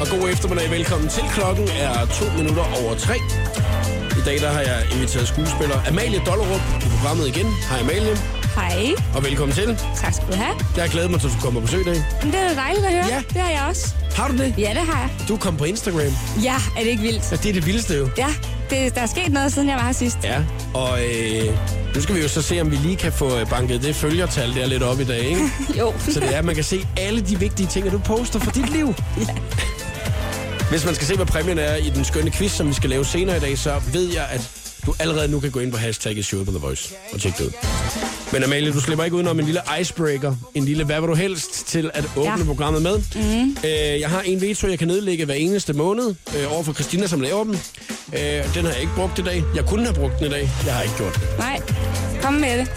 og god eftermiddag. Velkommen til. Klokken er to minutter over tre. I dag der har jeg inviteret skuespiller Amalie Dollerup i programmet igen. Hej Amalie, Hej. og velkommen til. Tak skal du have. Jeg har glædet mig til, at du kommer på besøg i dag. Men det er da dejligt at høre. Ja. Det har jeg også. Har du det? Ja, det har jeg. Du kom på Instagram. Ja, er det ikke vildt? Ja, det er det vildeste jo. Ja, det, der er sket noget, siden jeg var her sidst. Ja, og øh, nu skal vi jo så se, om vi lige kan få øh, banket det følgertal der lidt op i dag, ikke? Jo. Så det er, at man kan se alle de vigtige ting, at du poster for dit liv. Hvis man skal se, hvad præmien er i den skønne quiz, som vi skal lave senere i dag, så ved jeg, at du allerede nu kan gå ind på hashtagget showet på The Voice og tjekke det ud. Men Amalie, du slipper ikke udenom en lille icebreaker, en lille hvad vil du helst til at åbne ja. Ja. programmet med. Mm. Øh, jeg har en veto, jeg kan nedlægge hver eneste måned øh, over for Christina, som laver den. Øh, den har jeg ikke brugt i dag. Jeg kunne have brugt den i dag. Jeg har ikke gjort det. Nej, kom med det.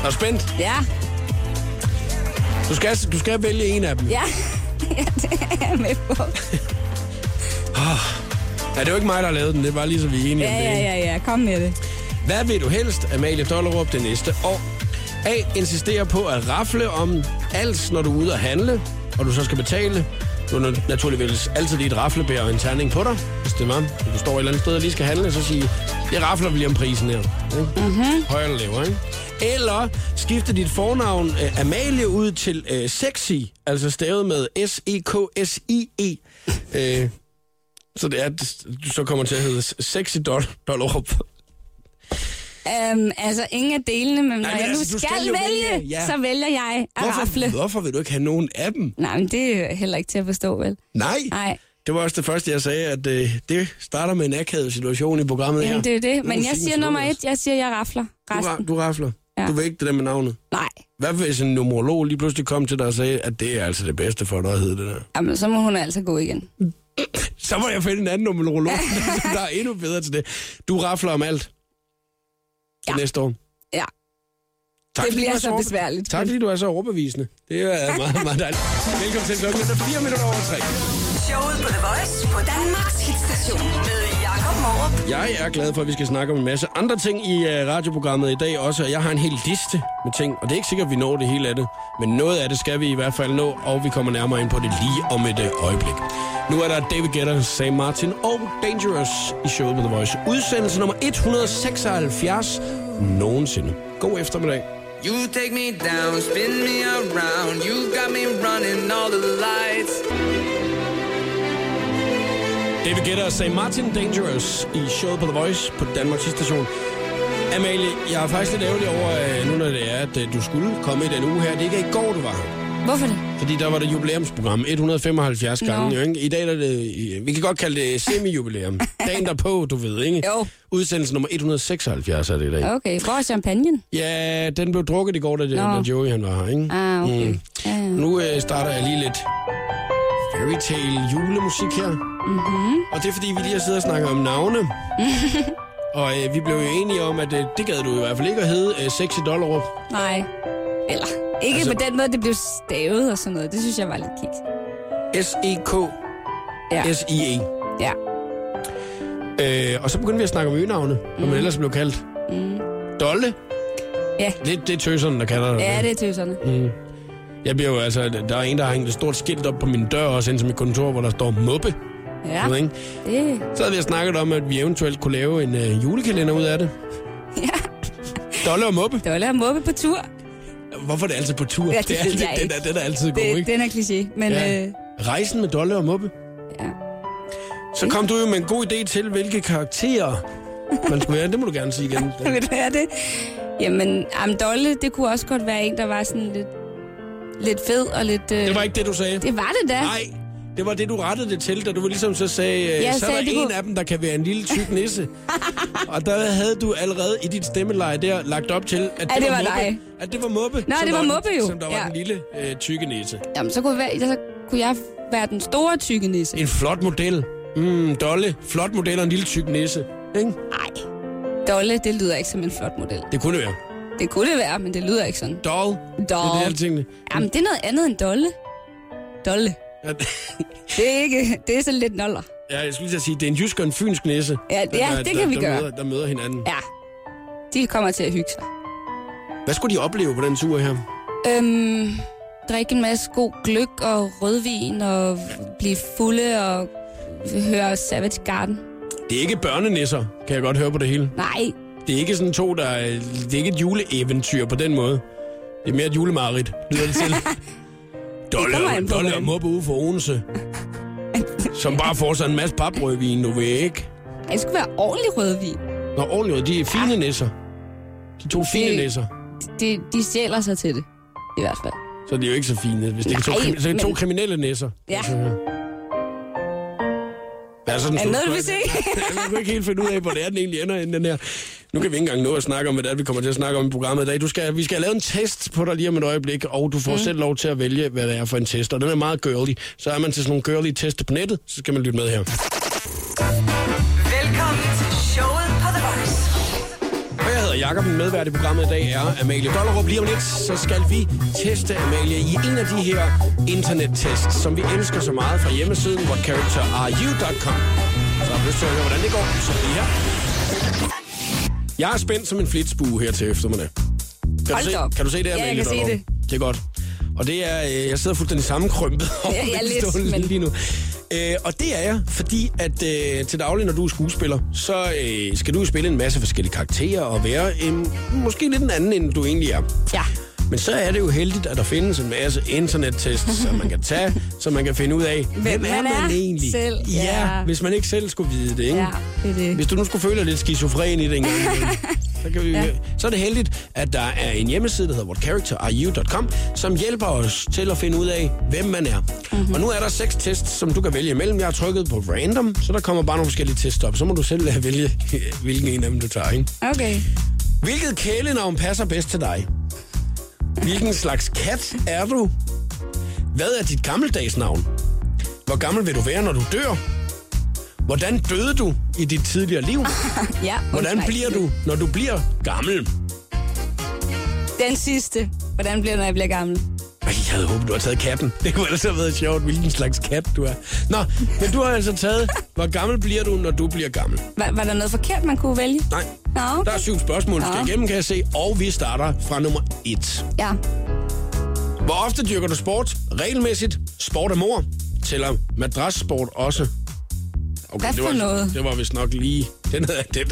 Er du spændt? Ja, Du skal, du skal vælge en af dem. ja. ja, det er jeg med på. Ja, det er jo ikke mig, der har lavet den. Det var lige så vi er enige Ja, om det. ja, ikke? ja, ja, kom med det. Hvad vil du helst, Amalie Dollerup, det næste år? A. Insisterer på at rafle om alt, når du er ude at handle, og du så skal betale. Du har naturligvis altid lige et raflebær og en terning på dig, hvis det var. Hvis du står et eller andet sted og lige skal handle, så sig, jeg rafler vi lige om prisen her. Mm-hmm. Højere eller lavere, ikke? Eller skifte dit fornavn øh, Amalie ud til øh, Sexy, altså stavet med E S-E-K-S-I-E. E. Øh, så det er, at du så kommer til at hedde Sexy Doll- Dollerup. Øhm, altså, ingen af delene, men når men jeg nu altså, du skal skal, jo vælge, vælge, ja. så vælger jeg at rafle. Hvorfor, hvorfor vil du ikke have nogen af dem? Nej, men det er heller ikke til at forstå, vel? Nej. Nej. Det var også det første, jeg sagde, at øh, det starter med en akavet situation i programmet her. Jamen, det er det. Men Nu er jeg musikken siger nummer slukket. et, jeg siger, jeg rafler. Du, ra- Resten, du rafler. Ja. Ja. Du ved ikke det der med navnet. nej. Hvad hvis en numerolog lige pludselig kom til dig og sagde, at det er altså det bedste for dig at hedde det der? Jamen, så må hun altså gå igen. Så må jeg finde en anden numerolog, som der er endnu bedre til det. Du rafler om alt. Til Ja. næste år. Ja, Tak, det fordi du bliver er så overbe- besværligt. Tak fordi du er så overbevisende. Det er meget, meget dejligt. Velkommen til klokken. er 4 minutter over 3. Showet på The Voice på Danmarks hitstation med Jakob Morup. Jeg er glad for, at vi skal snakke om en masse andre ting i øh, radioprogrammet i dag også, og jeg har en hel liste med ting, og det er ikke sikkert, at vi når det hele af det, men noget af det skal vi i hvert fald nå, og vi kommer nærmere ind på det lige om et øh, øjeblik. Nu er der David Guetta, Sam Martin og Dangerous i showet på The Voice. Udsendelse nummer 176 nogensinde. God eftermiddag. You take me down, spin me around. You got me running all the lights. David Guetta og Sam Martin Dangerous i showet på The Voice på Danmarks station. Amalie, jeg er faktisk lidt ærgerlig over, øh, nu når det er, at øh, du skulle komme i den uge her. Det er ikke i går, du var her. Hvorfor det? Fordi der var det jubilæumsprogram 175 gange. Nå. No. Ikke? I dag er det, vi kan godt kalde det semi-jubilæum. Dagen derpå, du ved, ikke? Jo. Udsendelse nummer 176 er det i dag. Okay, hvor er champagnen? Ja, den blev drukket i går, da, no. da Joey han var her, ikke? Ah, okay. Mm. Ja, ja. Nu øh, starter jeg lige lidt fairy tale julemusik her. Mm-hmm. Og det er fordi, vi lige har siddet og snakket om navne. og øh, vi blev jo enige om, at øh, det gad du i hvert fald ikke at hedde øh, Sexy Dollarup. Nej. Eller, ikke Altså- altså... på den måde, det blev stavet og sådan noget. Det synes jeg var lidt kiks. E S-E-K-S-I-E. Ja. E. Ja. Øh, og så begyndte vi at snakke om øgenavne, mm. hvad man ellers blev kaldt. Mm. Dolle? Ja. Det, det er tøserne, der kalder det. ja, det er tøserne. Mm. Jeg bliver jo, altså, der er en, der har hængt et stort skilt op på min dør, også ind til mit kontor, hvor der står Muppe. Ja, Du ved, ikke? det... Så havde vi snakket om, at vi eventuelt kunne lave en øh, julekalender ud af det. Ja. Dolle og Muppe. Det var lidt moppe på tur. Hvorfor er det altid på tur? Ja, det ved altid, jeg den, ikke. er, den er altid god, Det, ikke? den er kliché, men... Ja. Øh, Rejsen med Dolle og Muppe. ja. Så kom du jo med en god idé til, hvilke karakterer man skulle være. Det må du gerne sige igen. øh, Vil du høre det? Jamen, Amdolle, det kunne også godt være en, der var sådan lidt, lidt fed og lidt... Øh... Det var ikke det, du sagde. det var det da. Nej, det var det, du rettede det til, da du ligesom så sagde, øh, Jeg så sagde, er der det en kunne- af dem, der kan være en lille tyk nisse. og der havde du allerede i dit stemmeleje der lagt op til, at det, det var Muppe, dig. At det var Muppe. Nå, som det var den- Muppe jo. Som der var Ja. den lille øh, tykke nisse. Jamen, så kunne, være, så kunne jeg være den store tykke nisse. En flot model. Mm, dolle. Flot model og en lille tyk nisse. Ikke? Nej. Dolle, det lyder ikke som en flot model. Det kunne det være. Det kunne det være, men det lyder ikke sådan. Doll. Det er det, Doll. alle tingene. Jamen, det er noget andet end dolle. Dolle. Det er, ikke, det er sådan lidt noller. Ja, jeg skulle lige til at sige, det er en jysk og en fynsk nisse. Ja, det- ja, det kan der, vi der gøre. Møder, der møder hinanden. Ja. Ja, de kommer til at hygge sig. Hvad skulle de opleve på den tur her? Øhm, drikke en masse god gløk og rødvin og blive fulde og høre Savage Garden. Det er ikke børnenisser, kan jeg godt høre på det hele. Nej, Det er ikke sådan to, der... er- Det er ikke et juleeventyr på den måde. Det er mere et julemareridt, lyder det til. Dolle, kommer an og- på, dolle hvordan. og moppe ude for Odense. Som bare får sig en masse paprødvin, du ved ikke. det skulle være ordentlig rødvin. Nå, ordentligt, de er fine nisser. De to fine Det- nisser. De, de stjæler sig til det, i hvert fald. Så er de jo ikke så fine, hvis det er to, Nej, krimi- så er det to men- kriminelle nisser. Ja. Altså, Ja, sådan, Er det noget, du vil se? Jeg kan ikke helt finde ud af, hvor det er, den egentlig ender inden den her. Nu kan vi ikke engang nå at snakke om, hvad det er, vi kommer til at snakke om i programmet i dag. Du skal, vi skal have lavet en test på dig lige om et øjeblik, og du får mm. selv lov til at vælge, hvad det er for en test. Og den er meget girly. Så er man til sådan nogle girly tester på nettet, så skal man lytte med her. Velkommen til showet på The Voice. Og Jeg hedder Jakob, min medvært i programmet i dag er Amalie Dollerup. Lige om lidt, så skal vi teste Amalie i en af de her internettests, som vi elsker så meget fra hjemmesiden whatcharacterareyou.com. Så har du lyst til at høre, hvordan det går, så er vi her. Jeg er spændt som en flitsbue her til eftermiddag. Kan, Hold du, da op. se, kan du se det, Ja, jeg Amalie kan se Dollerup? det. Det er godt. Og det er, øh, jeg sidder fuldstændig sammenkrømpet over Ja, ja, min lidt, stående men- lige nu. Øh, og det er jeg, fordi at øh, til daglig, når du er skuespiller, så øh, skal du jo spille en masse forskellige karakterer og være en, måske lidt en anden, end du egentlig er. Ja. Men så er det jo heldigt, at der findes en masse internettests, som man kan tage, så man kan finde ud af, hvem, er man man er egentlig? selv, Ja, ja. hvis man ikke selv skulle vide det, ikke? Ja, det er det. Hvis du nu skulle føle dig lidt skizofren i den gang, imellem, så, kan vi, ja. så er det heldigt, at der er en hjemmeside, der hedder whatcharacterareyou.com, som hjælper os til at finde ud af, hvem man er. Mm-hmm. Og nu er der seks tests, som du kan vælge imellem. Jeg har trykket på random, så der kommer bare nogle forskellige tests op. Så må du selv øh, vælge, hvilken en af dem du tager. Ikke? Okay. Hvilket kælenavn passer bedst til dig? Hvilken slags kat er du? Hvad er dit gammeldags navn? Hvor gammel vil du være, når du dør? Hvordan døde du i dit tidligere liv? Ja, Hvordan undskyld. bliver du, når du bliver gammel? Den sidste. Hvordan bliver du, når jeg bliver gammel? Ej, Jeg havde håbet, du havde taget katten. Det kunne ellers have været sjovt, hvilken slags kat du er. Nå, men du har altså taget, hvor gammel bliver du, når du bliver gammel? Var, var der noget forkert, man kunne vælge? Nej. Nå, okay. Der er syv spørgsmål, du skal Nå. igennem, kan jeg se. Og vi starter fra nummer et. Ja. Hvor ofte dyrker du sport? Regelmæssigt. Sport er mor. Tæller madrassport også. Okay, Hvad det for var, noget? Det var vist nok lige... Den havde, den,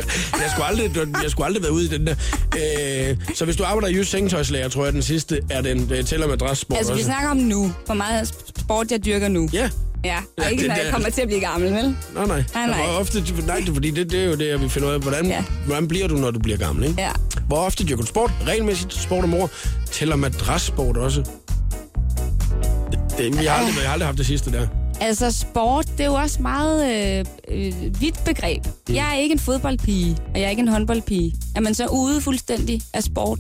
jeg, skulle aldrig, jeg skulle aldrig være ude i den der. Øh, så hvis du arbejder i Jysk Sengetøjslager, tror jeg, den sidste er den øh, tæller madrassport Altså, vi også. snakker om nu. Hvor meget sport, jeg dyrker nu. Ja. Ja, Ja, og ikke det når der- jeg kommer til at blive gammel, vel? Nej, nej. Nej, nej. Hvor ofte, nej, det er fordi det, det er jo det, vi finder ud af. Hvordan, ja. Ja. hvordan bliver du, når du bliver gammel, ikke? Ja. Hvor ofte dyrker du sport? Regelmæssigt sport og mor. Tæller madrassport også. Det, det, jeg, har aldrig, jeg har aldrig haft det sidste der. Altså, sport, det er jo også meget øh, øh, vidt begreb. Jeg er ikke en fodboldpige, og jeg er ikke en håndboldpige. Er man så ude fuldstændig af sport?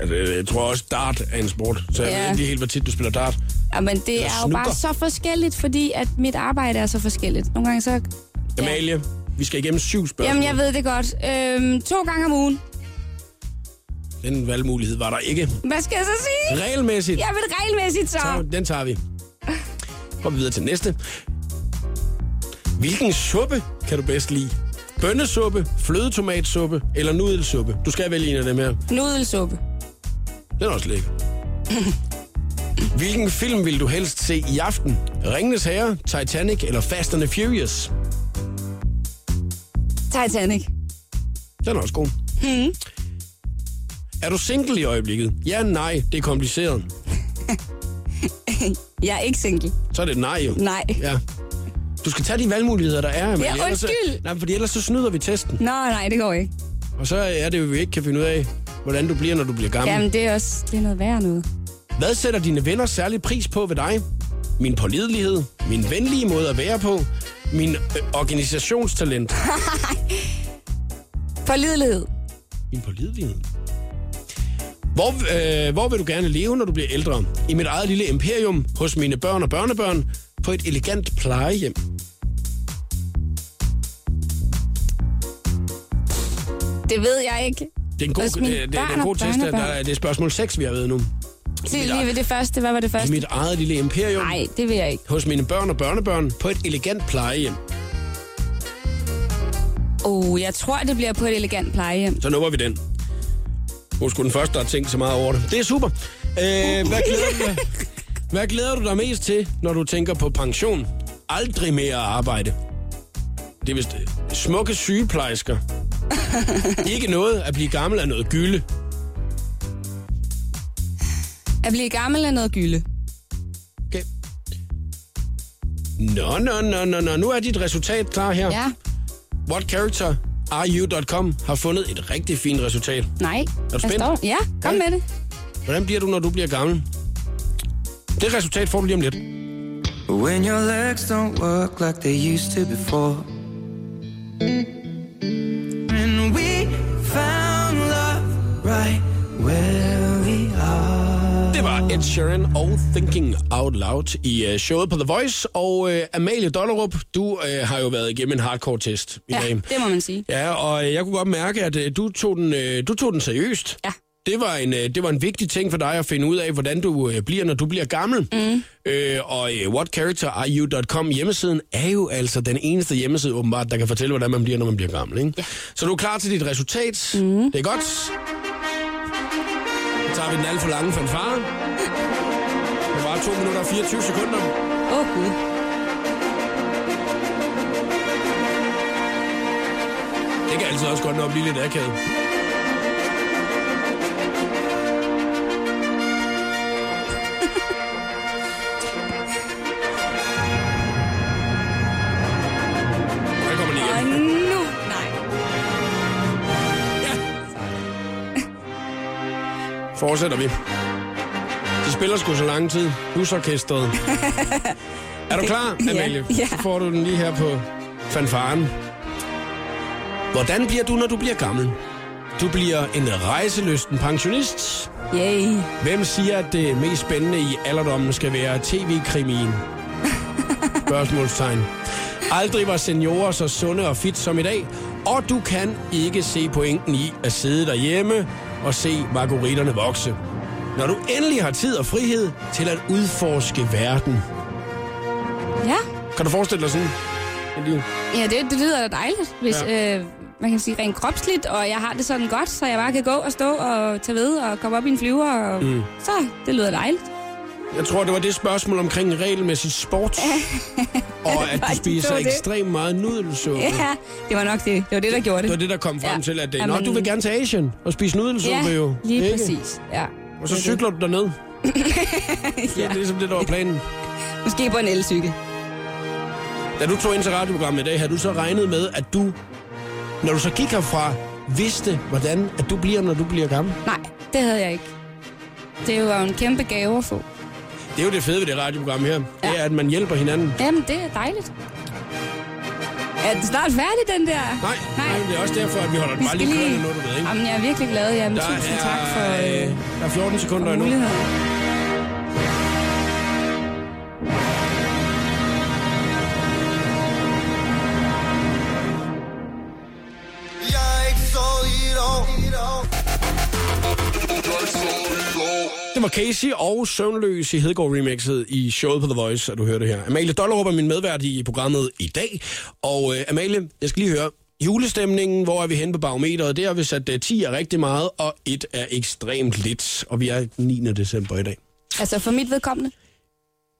Altså, jeg tror også, dart er en sport. Så jeg Ja. ved ikke lige helt, hvor tit du spiller dart. Jamen, det Eller er jo snooker. bare så forskelligt, fordi at mit arbejde er så forskelligt. Nogle gange så... Ja. Amalie, vi skal igennem syv spørgsmål. Jamen, jeg ved det godt. Øhm, to gange om ugen. Den valgmulighed var der ikke. Hvad skal jeg så sige? Regelmæssigt. Jeg vil regelmæssigt så. Så den tager vi. Går vi videre til næste. Hvilken suppe kan du bedst lide? Bønnesuppe, flødetomatsuppe eller nudelsuppe? Du skal vælge en af dem her. Nudelsuppe. Den er også lækker. Hvilken film vil du helst se i aften? Ringenes Herre, Titanic eller Fast and the Furious? Titanic. Den er også god. Hmm. Er du single i øjeblikket? Ja, nej, det er kompliceret. Jeg er ikke single. Så er det et nej jo. Nej. Ja. Du skal tage de valgmuligheder, der er. Amalie. Ja, Ellers så- undskyld. Nej, fordi ellers så snyder vi testen. Nå, nej, det går ikke. Og så er det jo, vi ikke kan finde ud af, hvordan du bliver, når du bliver gammel. Jamen, det er også det er noget værre noget. Hvad sætter dine venner særlig pris på ved dig? Min pålidelighed, min venlige måde at være på, min øh, organisationstalent, Forlidelighed. min pålidelighed. Hvor, øh, hvor vil du gerne leve, når du bliver ældre? I mit eget lille imperium, hos mine børn og børnebørn, på et elegant plejehjem. Det ved jeg ikke. Det er en god, Hos det, mine det, det er børn en og god test, at der, børnebørn. er- det er spørgsmål 6, vi har ved nu. Se mit lige ved det første. Hvad var det I første? mit eget lille imperium, Nej, det vil jeg ikke. hos mine børn og børnebørn, på et elegant plejehjem. Oh, jeg tror, det bliver på et elegant plejehjem. Så nupper vi den. Hun skulle den første, der har tænkt så meget over det. Det er super. Øh, hvad glæder du dig? Hvad glæder du dig mest til, når du tænker på pension? Aldrig mere arbejde. Det er vist øh, smukke sygeplejersker. Ikke noget at blive gammel af noget gylde. At blive gammel er noget gylde. Okay. Nå, nå, nå, nå, nå. Nu er dit resultat klar her. Ja. whatcharacterareyou.com har fundet et rigtig fint resultat. Nej. du Der spændt? står- Ja, Ja. kom med det. Hvordan bliver du, når du bliver gammel? Det resultat får du lige om lidt. When your legs don't work like they used to before. And we found love right where we are. Det var Ed Sheeran og Thinking Out Loud i øh, showet på The Voice. Og øh, Amalie Dollerup, du øh, har jo været igennem en hardcore-test i Ja, dag. det må man sige. Ja, og øh, jeg kunne godt mærke, at øh, du tog den, øh, du tog den seriøst. Ja. Det var, en, øh, det var en vigtig ting for dig at finde ud af, hvordan du øh, bliver, når du bliver gammel. Mm. Øh, og øh, whatcharacterareyou.com hjemmesiden er jo altså den eneste hjemmeside åbenbart, der kan fortælle, hvordan man bliver, når man bliver gammel. Ikke? Ja. Så du er klar til dit resultat. Mm. Det er godt. Så tager vi den alt for lange fanfare. Det var 2 minutter og 24 sekunder. Åh, oh, Gud. Det kan altid også godt nå at blive lidt akavet. Her kommer den Og igen. nu... Nej. Ja. Fortsætter vi. De spiller sgu så lang tid. Husorkestret. Er du klar, Ja, Amalie? ja. Så får du den lige her på fanfaren. Hvordan bliver du, når du bliver gammel? Du bliver en rejseløsten pensionist, Yay. Hvem siger, at det mest spændende i alderdommen skal være tv-krimien? Spørgsmålstegn. Aldrig var seniorer så sunde og fit som i dag, og du kan ikke se pointen i at sidde derhjemme og se margueritterne vokse. Når du endelig har tid og frihed til at udforske verden. Ja. Kan du forestille dig sådan? et liv? Ja, det, det lyder da dejligt, hvis ja. øh, man kan sige rent kropsligt, og jeg har det sådan godt, så jeg bare kan gå og stå og tage ved og komme op i en flyver, og mm. så, det lyder dejligt. Jeg tror, det var det spørgsmål omkring regelmæssig sport. og at du faktisk, det spiser var det. ekstremt meget nudelsuppe. Ja, det var nok det. Det var det, der gjorde Det det. var det, der kom frem ja. Ja. til, at Ja, ja, Nå, men- du vil gerne til Asien og spise nudelsuppe ja, jo. lige ikke? præcis. Ja. Og så Det er cykler du derned. Det er Ja. ligesom det, der var planen. det. Måske på en elcykel. Da du tog ind til radioprogrammet i dag, havde du så regnet med, at du, når du så gik herfra, vidste, hvordan at du bliver, når du bliver gammel. Nej, det havde jeg ikke. Det var jo en kæmpe gave at få. Det er jo det fede ved det radioprogram her. Ja. Det Ja. er, at man hjælper hinanden. Jamen, det er dejligt. Er den snart færdig, den der? Nej, nej. nej det er også derfor, at vi holder den Vi bare skal lige lige- kørende nu, du ved, ikke? Jamen, jeg er virkelig glad. Jamen, Der tusind er, tak for, øh, øh, der er 14 sekunder for endnu. muligheden. Jeg har ikke sovet i et år. Det var Casey og Søvnløs i Hedegaard Remixet i showet på The Voice, at du hørte her. Amalie Dollerup er min medvært i programmet i dag. Og øh, Amalie, jeg skal lige høre, julestemningen, hvor er vi henne på barometeret? Det har vi sat øh, 10 er rigtig meget, og 1 er ekstremt lidt. Og vi er 9. december i dag. Altså, for mit vedkommende.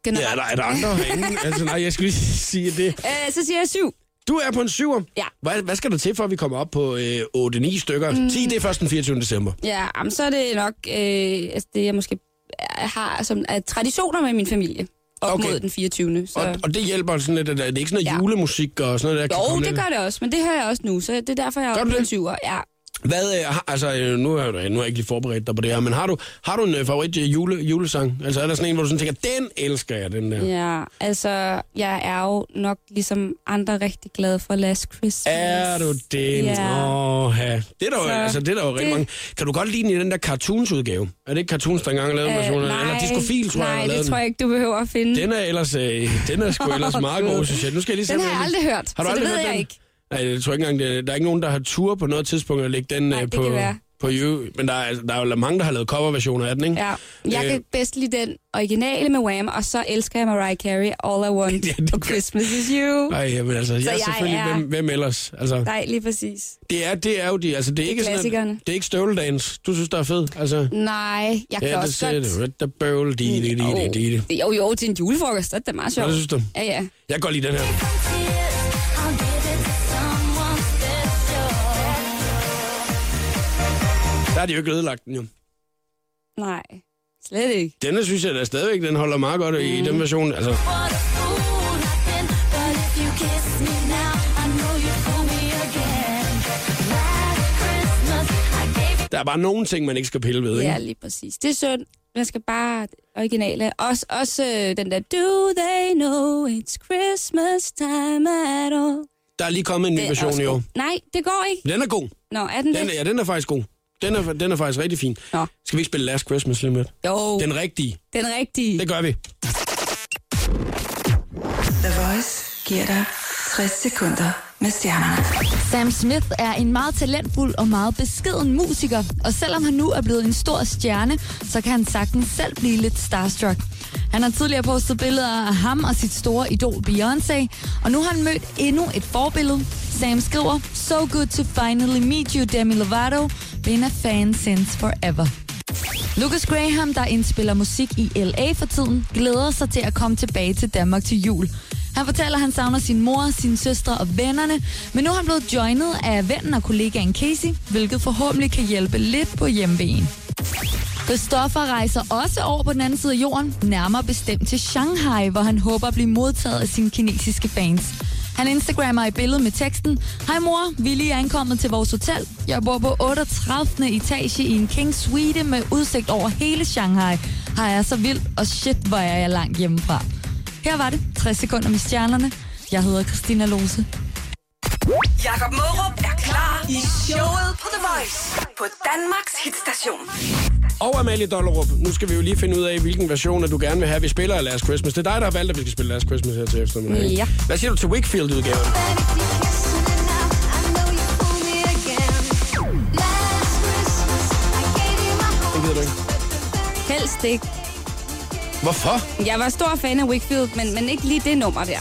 Generelt. Ja, er der, er der andre herinde? altså nej, jeg skal lige sige det. Øh, så siger jeg syv. Du er på en 7'er. Ja. Hvad, hvad skal der til, for at vi kommer op på øh, 8-9 stykker? Mm. 10, det er først den 24. december. Ja, jamen, så er det nok øh, altså, det, jeg måske øh, har som er traditioner med min familie op Okay. okay. mod den 24. Så. Og, og det hjælper sådan lidt, at det er ikke sådan noget Øh. Ja. julemusik og sådan noget. Der kan jo, komme det lidt- gør det også, men det hører jeg også nu, så det er derfor, jeg Gør er du oppe på en det? syver. Ja. Hvad, øh, har- altså, øh, nu er, du- nu er jeg ikke lige forberedt dig på det her, men har du, har du en øh, favorit øh, jule, julesang? Altså er der sådan en, hvor du sådan tænker, den elsker jeg, den der. ja, altså, jeg er jo nok ligesom andre rigtig glad for Last Christmas. Er du det? Ja. Åh, ja. Det er der jo, Så altså, det er der jo rigtig det- mange. Kan du godt lide den i den der cartoons-udgave? Er det ikke cartoons, der engang har lavet en Øh, version? af den? nej, Eller Discofil, tror nej, jeg, har det lavet tror jeg ikke, du behøver at finde. Den, Den er ellers, øh, den er sgu ellers meget Gud. god, synes jeg. Nu skal jeg lige se, den om har jeg aldrig hørt, Har du aldrig så det ved hørt jeg den? ikke. Nej, jeg tror ikke engang, det, der er ikke nogen, der har tur på noget tidspunkt at lægge den Nej, øh, det på, kan være. på You, men der er, der er jo mange, der har lavet coverversioner af den, ikke? Ja. Jeg Øh. kan bedst lide den originale med Wham, og så elsker jeg Mariah Carey, All I Want Ja, det for gør- Christmas Is You. Nej, men altså, jeg, jeg er selvfølgelig, er- Hvem, hvem ellers? Altså, Nej, lige præcis. det er, det er jo de, altså, det er ikke sådan, klassikerne. at, det er ikke støvledans. Du synes, der er fed, altså. Nej, jeg Ja, kan det også ser godt... det. Red the bøvl, di, di, di, di, di, di. Jo, jo, til en julefrokost, der er det meget sjovt. Hvad synes du? Ja, ja. Jeg kan godt lide den her. I'll give it to someone special. Der har de jo ikke ødelagt den, jo. Nej, slet ikke. Denne synes jeg da stadigvæk, den holder meget godt Mm. i den version. Altså, What a fool I've been, but if you kiss me now, I know you fool me again. Last Christmas, I gave you der er bare nogle ting, man ikke skal pille ved, ikke? Ja, lige præcis. Det er synd. Man skal bare originale. Også, også øh, den der, do they know it's Christmas time at all? Der er lige kommet en ny Den er version også i år. god. Nej, det går ikke. Den er god. Nå, er den, Den det? er, ja, den er faktisk god. Den er, den er faktisk rigtig fin. Nå. Oh. Skal vi ikke spille Last Christmas lige med? Jo, den, Den rigtige. den rigtige. Det gør vi. The Voice giver dig 60 sekunder med stjernerne. Sam Smith er en meget talentfuld og meget beskeden musiker, og selvom han nu er blevet en stor stjerne, så kan han sagtens selv blive lidt starstruck. Han har tidligere postet billeder af ham og sit store idol Beyoncé, og nu har han mødt endnu et forbillede. Sam skriver, So good to finally meet you, Demi Lovato. Been a fan since forever. Lucas Graham, der indspiller musik i LA for tiden, glæder sig til at komme tilbage til Danmark til jul. Han fortæller, at han savner sin mor, sine søstre og vennerne, men nu er han blevet joinet af vennen og kollegaen Casey, hvilket forhåbentlig kan hjælpe lidt på hjemmebenen. Christoffer rejser også over på den anden side af jorden, nærmere bestemt til Shanghai, hvor han håber at blive modtaget af sine kinesiske fans. Han instagrammer et billede med teksten, Hej mor, vi er lige ankommet til vores hotel. Jeg bor på 38. etage i en king suite med udsigt over hele Shanghai. Har jeg så vildt, og shit, hvor er jeg langt hjemmefra. Her var det 60 sekunder med stjernerne. Jeg hedder Christina Lose. Jakob Mørup er klar i showet på The Voice på Danmarks hitstation. Og Amalie Dollerup, nu skal vi jo lige finde ud af, hvilken version at du gerne vil have, vi spiller af Last Christmas. Det er dig, der har valgt, at vi skal spille Last Christmas her til eftermiddag. ikke? Ja. Hvad siger du til Wakefield-udgaven? baby, keep kissing it now. I know you fool me again. Last Christmas, I gave you my heart. Den gider du ikke. Helst ikke. Hvorfor? Jeg var stor fan af Wakefield, men, men ikke lige det nummer der.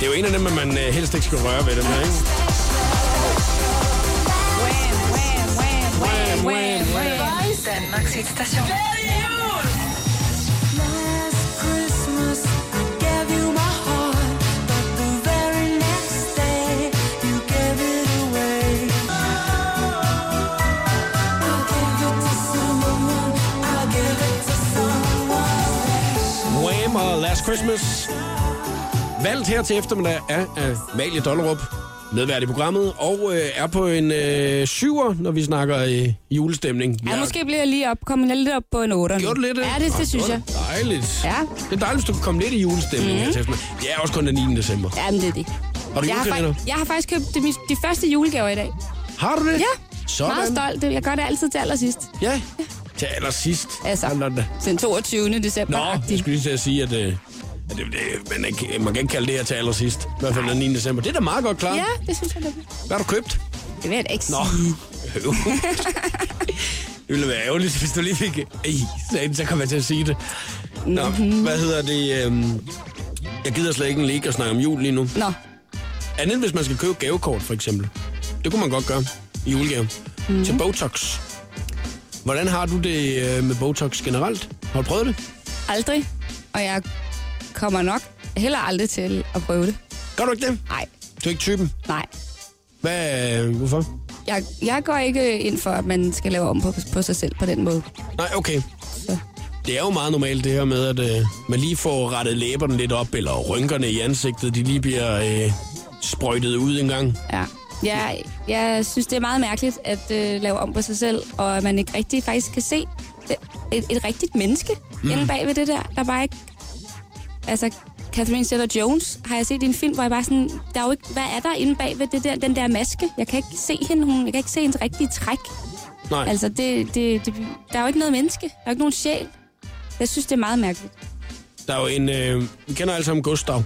Det er jo en af dem, at man øh, helst ikke skal røre ved dem her, ikke? Wham, wham, wam, wham, wham, The wham. Voice, Danmarks hitstation. Last Christmas, I gave you my heart, but the very next day you gave it away. I gave it to someone. I gave it to someone. Wham og Last Christmas. Valgt her til eftermiddag af Amalie Dollerup, medvært i programmet, og øh, er på en øh, syver, når vi snakker øh, julestemning. Ja, måske bliver jeg lige op, kommet lidt op på en 8. Gjorde du lidt? øh? Ja, det, det synes jeg. Dejligt. Ja. Det er dejligt, hvis du kan komme lidt i julestemning mm. her til eftermiddag. Det er også kun den 9. december. Jamen, det er det. Har du Jeg har, julekalender? fak- jeg har faktisk købt de, mis- de første julegaver i dag. Har du det? Ja, Sådan. meget stolt. Jeg gør det altid til allersidst. Ja. Til allersidst. Altså. Sådan der. Den 22. december. Nå, jeg skulle lige til at sige, at... Øh, at det, det, man, ikke- man kan ikke kalde det her til allersidst. I hvert fald den 9. december. Det er da meget godt klart. Ja, det synes jeg, det er. Hvad har du købt? Det vil jeg da ikke Nå. sige. Øv. det ville være ærgerligt, hvis du lige fik... Ej, sagde den, så kom jeg til at sige det. Nå, Mhm. hvad hedder det? Øhm, jeg gider slet ikke en lig at snakke om jul lige nu. Nå, Andet end hvis man skal købe gavekort, for eksempel. Det kunne man godt gøre i julegave. Mm. Til Botox. Hvordan har du det øh, med Botox generelt? Har du prøvet det? aldrig. Og jeg kommer nok heller aldrig til at prøve det. Gør du ikke det? Nej, Du er ikke typen. nej. Hvad, øh, hvorfor? Jeg, jeg går ikke øh, ind for, at man skal lave om på, på sig selv på den måde. Nej, okay. Ja. Det er jo meget normalt det her med, at øh, man lige får rettet læberne lidt op, eller rynkerne i ansigtet, de lige bliver øh, sprøjtet ud en gang. Ja. Jeg, jeg synes, det er meget mærkeligt at øh, lave om på sig selv, og at man ikke rigtig faktisk kan se et, et, et rigtigt menneske mm. inde bag ved det der. Der er bare ikke... Altså, Catherine Zeta-Jones har jeg set i en film, hvor jeg bare sådan... Der er jo ikke, hvad er der inde bag ved det der, den der maske? Jeg kan ikke se hende. Hun, jeg kan ikke se hendes rigtige træk. Nej, altså, Altså, det, det, det, der er jo ikke noget menneske. Der er ikke nogen sjæl. Jeg synes, det er meget mærkeligt. der er jo en... Øh, vi kender alle sammen Gustav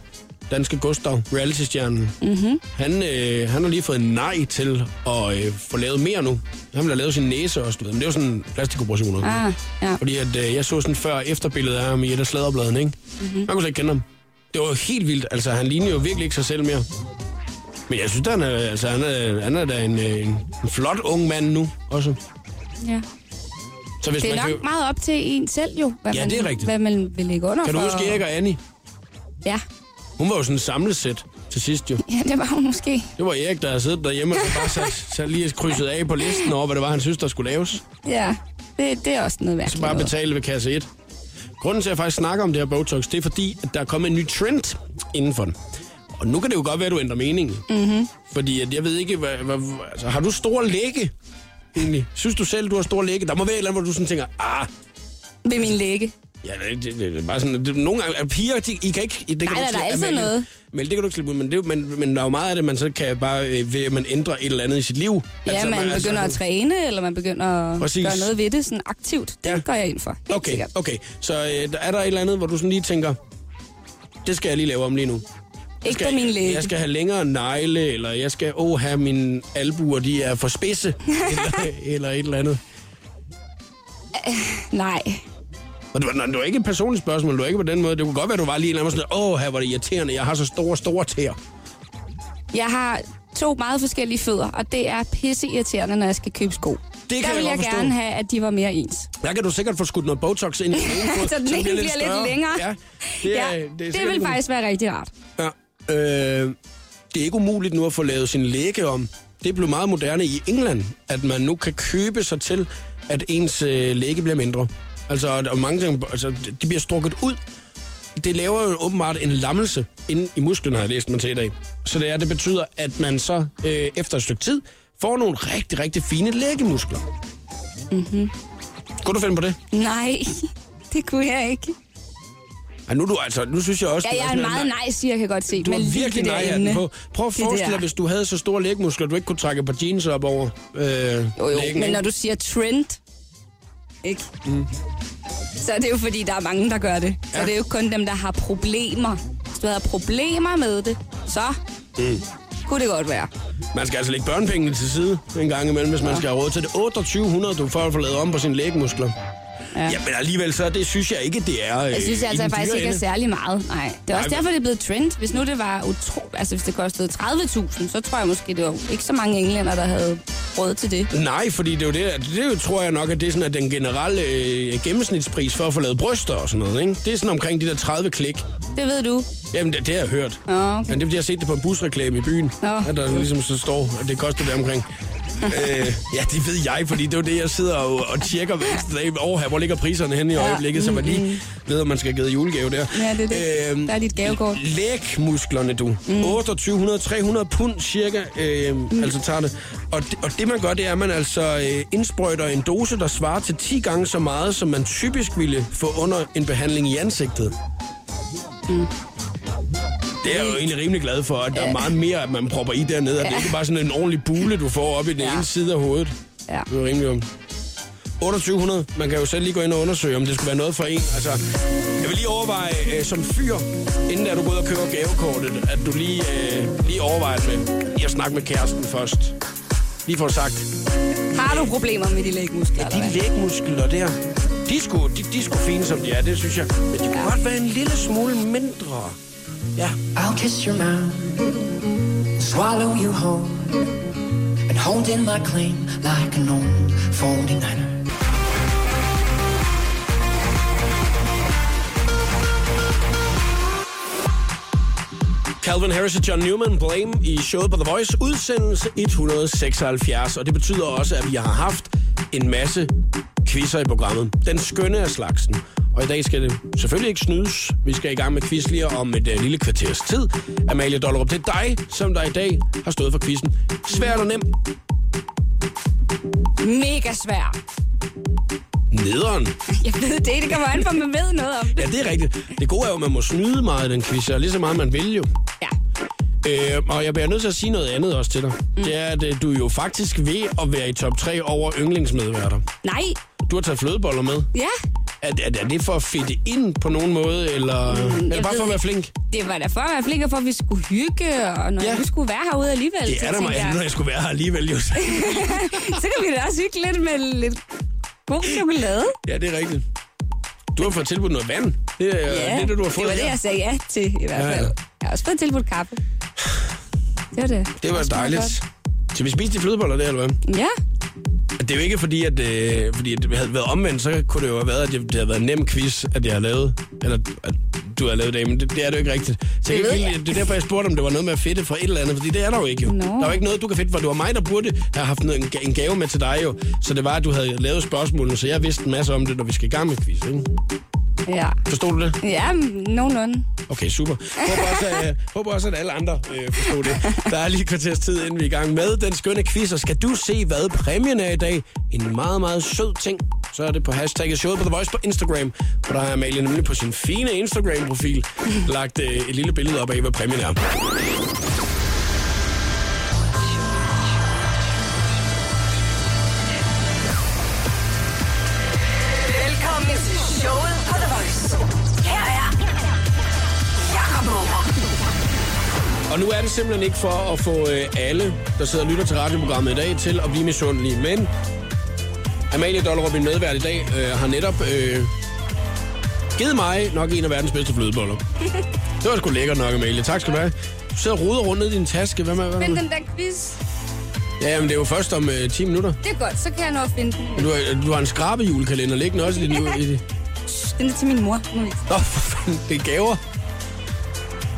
danske Gustav, reality-stjernen, Mhm. mm-hmm. han, øh, han har lige fået nej til at øh, få lavet mere nu. Han vil have lavet sin næse også, du ved. Men det er jo sådan en plastikoperationer. Ah, ja. Fordi at, øh, jeg så sådan før- og efterbillede af ham i et af sladderbladene, ikke? Mhm. Mm-hmm. Man kunne slet ikke kende ham. Det var jo helt vildt. Altså, han ligner jo virkelig ikke sig selv mere. Men jeg synes, han er, altså, han er, han er da en, øh, en, en flot ung mand nu også. ja. Så hvis Det er man nok kan, meget op til en selv jo, hvad, Ja, man, det er rigtigt. hvad man vil lægge under kan du for. huske Erik og Annie? Ja. Hun var jo sådan et samlesæt til sidst jo. ja, det var hun måske. Det var Erik, der havde siddet derhjemme og så bare sat, sat lige krydset af på listen over, hvad det var, han synes, der skulle laves. Ja, det, det er også noget Så værd. bare betale ved kasse 1. Grunden til, at jeg faktisk snakker om det her Botox, det er fordi, at der er kommet en ny trend inden for den. Og nu kan det jo godt være, at du ændrer mening. Mm-hmm. Fordi at jeg ved ikke, hvad, hvad, altså, har du stor lægge egentlig? Synes du selv, du har stor lægge? Der må være et eller andet, hvor du sådan tænker, ah, Ved min læge. Ja, det, det, det, det er bare sådan, det, nogle gange, at piger, de, I kan ikke... I, det kan Nej, du ikke der er slippe- altid Amalie, noget. Men det kan du ikke slippe ud, men, det, er jo- men, men der er jo meget af det, man så kan bare, øh, ved at man ændrer et eller andet i sit liv. Ja, altså, man begynder at træne, eller man begynder at Præcis. gøre noget ved det sådan aktivt. Det Ja. ja. går jeg ind for. Helt Okay, sikkert. okay. Så øh, der- er der et eller andet, hvor du sådan lige tænker, det skal jeg lige lave om lige nu. Jeg Ikke skal, på min læge. Jeg skal have længere negle, eller jeg skal, åh, have mine albuer, de er for spidse, eller, eller et eller andet. Nej. Og det var, det var ikke et personligt spørgsmål, det var ikke på den måde. Det kunne godt være, du var lige en eller anden sådan, åh, her var det irriterende, jeg har så store, store tæer. Jeg har to meget forskellige fødder, og det er pisseirriterende, når jeg skal købe sko. kan Der jeg vil godt jeg forstå. gerne have, at de var mere ens. Der kan du sikkert få skudt noget Botox ind i den ene fod, så den så ene bliver større. lidt længere. Ja, det, er, Ja, det, er det sikkert vil muligt. faktisk være rigtig rart. Ja. Øh, det er ikke umuligt nu at få lavet sin læge om. Det blev meget moderne i England, at man nu kan købe sig til, at ens øh, læge bliver mindre. Altså, og- og mange ting, altså, de bliver strukket ud. Det laver jo åbenbart en lammelse inde i musklerne, har jeg læst mig til i dag. Så det, er, det betyder, at man så øh, efter et stykke tid får nogle rigtig, rigtig fine lægemuskler. Mm-hmm. Mhm. Kunne du finde på det? Nej, det kunne jeg ikke. Ej, nu, er du, altså, nu synes jeg også... Ja, du jeg er sådan en meget nice, jeg kan godt se. Du men har lige virkelig det nej der af den emne, på. Prøv at det forestille der. dig, hvis du havde så store lægmuskler, at du ikke kunne trække et par jeans op over øh, Jo, jo, lægen, men ikke? når du siger trend, ikke? Mm. Så er det jo fordi, der er mange, der gør det. Så Ja. ja. det er jo ikke kun dem, der har problemer. Hvis du havde problemer med det, så mm. kunne det godt være. Man skal altså lægge børnepengene til side en gang imellem, hvis man skal have råd til det. 2800, du får for lavet om på sine lægmuskler. Ja. ja, men alligevel så, det synes jeg ikke, det er øh, Jeg synes i altså den faktisk dyre ikke er ende. særlig meget. Nej. Det er også Nej, derfor, det er blevet trend. Hvis nu det var utro... Altså, hvis det kostede 30.000, så tror jeg måske, det var ikke så mange englænder, der havde råd til det. Nej, fordi det er jo det, at- det er jo, tror jeg nok, at det er sådan, at den generelle øh, gennemsnitspris for at få lavet bryster og sådan noget, ikke? det er sådan omkring de der 30 klik. Det ved du. Jamen, det, det har jeg hørt. Nå, okay. Men det er, fordi jeg har set det på en busreklame i byen. Nå. At der ligesom så står, at det koster det omkring. øh, ja, det ved jeg, fordi det er jo det, jeg sidder og, og tjekker hver eneste dag. Åh, her, hvor ligger priserne henne i øjeblikket, så man lige ved, om man skal have givet julegave der. Mm. Ja, det er det. Der er dit gavekort. Læg musklerne, du. Mm. 2800-300 pund cirka, øh, mm. altså tager det. Og, det. og det, man gør, det er, at man altså øh, indsprøjter en dose, der svarer til 10 gange så meget, som man typisk ville få under en behandling i ansigtet. Det er jeg jo egentlig rimelig glad for, at der er meget mere, at man propper i dernede. At det ikke bare er sådan en ordentlig bule, du får op i den Ja. ene side af hovedet. Ja. Det er rimelig om. 2800. Man kan jo selv lige gå ind og undersøge, om det skulle være noget for en. Altså, jeg vil lige overveje øh, som fyr, inden da du går ud og køber gavekortet, at du lige, øh, lige overvejer det med, lige at snakke med kæresten først. Lige for sagt, Har du problemer med de lægmuskler, eller de hvad? lægmuskler der, de skulle, de, de skulle fine, som de er, det synes jeg. Men de kunne godt være en lille smule mindre. Ja. I'll kiss your mouth, swallow you whole, and hold in my claim like an old 49er. Calvin Harris og John Newman Blame i showet på The Voice, udsendelse 176. Og det betyder også, at vi har haft en masse quizzer i programmet. Den skønne af slagsen. Og i dag skal det selvfølgelig ikke snydes. Vi skal i gang med quiz lige om et uh, lille kvarters tid. Amalie Dollerup, det er dig, som der i dag har stået for quizzen. Svær eller nem? Mega svært. Nederen. Jeg ved det, det kommer an på, at man ved noget om det. Ja, det er rigtigt. Det gode er jo, at man må snyde meget i den quiz, og lige så meget man vil jo. Ja. Øh, og jeg bliver nødt til at sige noget andet også til dig. Mm. Det er, at øh, du er jo faktisk ved at være i top 3 over yndlingsmedværter. Nej, Du har taget flødeboller med. ja. Er, er, er det for at fitte ind på nogen måde, eller, eller Mm. jeg bare for at ved være ikke. flink? Det var da for at være flink, og for at vi skulle hygge, og når Ja. ja. vi skulle være herude alligevel, Det er så, da mig, tænkte når jeg, jeg skulle være her alligevel. Jo. så kan vi da også hygge lidt med lidt god chokolade. ja, det er rigtigt. Du har fået tilbudt noget vand. Det er ja, det, du har fået det var det, her. jeg sagde ja til i hvert Ja, ja. fald. Jeg har også fået tilbudt kaffe. Det var det. Det var også meget dejligt. Så vi spiste de flødeboller der, eller hvad? godt. Ja, Det er jo ikke fordi, at, øh, fordi at det havde været omvendt, så kunne det jo have været, at jeg- det havde været en nem quiz, at jeg har lavet, eller at du har lavet det, men det, det er det jo ikke rigtigt. Så jeg Det kan ved ikke, jeg. helt- det er derfor, jeg spurgte, om det var noget med at fedte fra et eller andet, fordi det er der jo ikke jo. Nå. Der er jo ikke noget, du kan fedte for. Det var mig, der burde have haft noget, en, ga- en gave med til dig jo, så det var, at du havde lavet spørgsmålene, så jeg vidste en masse om det, når vi skal i gang med quiz, ikke? ja. Forstod du det? Ja, men nogenlunde. Okay, super. Håber også, at, øh, håber også, at alle andre øh, forstod det. Der er lige et kvarters tid, inden vi er i gang med den skønne quiz. Og skal du se, hvad præmien er i dag? En meget, meget sød ting. Så er det på hashtagget showet på The Voice på Instagram. For der har Amalie nemlig på sin fine Instagram-profil lagt øh, et lille billede op af, hvad præmien er. Velkommen til showet på The Voice. Her er Jakob Morup. Og nu er det simpelthen ikke for at få øh, alle, der sidder og lytter til radioprogrammet i dag, til at blive misundelige. Men Amalie Dollerup, min medvært i dag, øh, har netop øh, givet mig nok en af verdens bedste flødeboller. det var sgu lækkert nok, Amalie. Tak skal du have. Du sidder og ruder rundt ned i din taske. Hvad med, hvad Men med? den der quiz, Ja, men det er jo først om øh, 10 minutter. det er godt, så kan jeg nå at finde den. Du har, du har en skrabejulekalender liggende også i din... i din- Den er til min mor. Nu er vi- Nå, for fanden, det er gaver.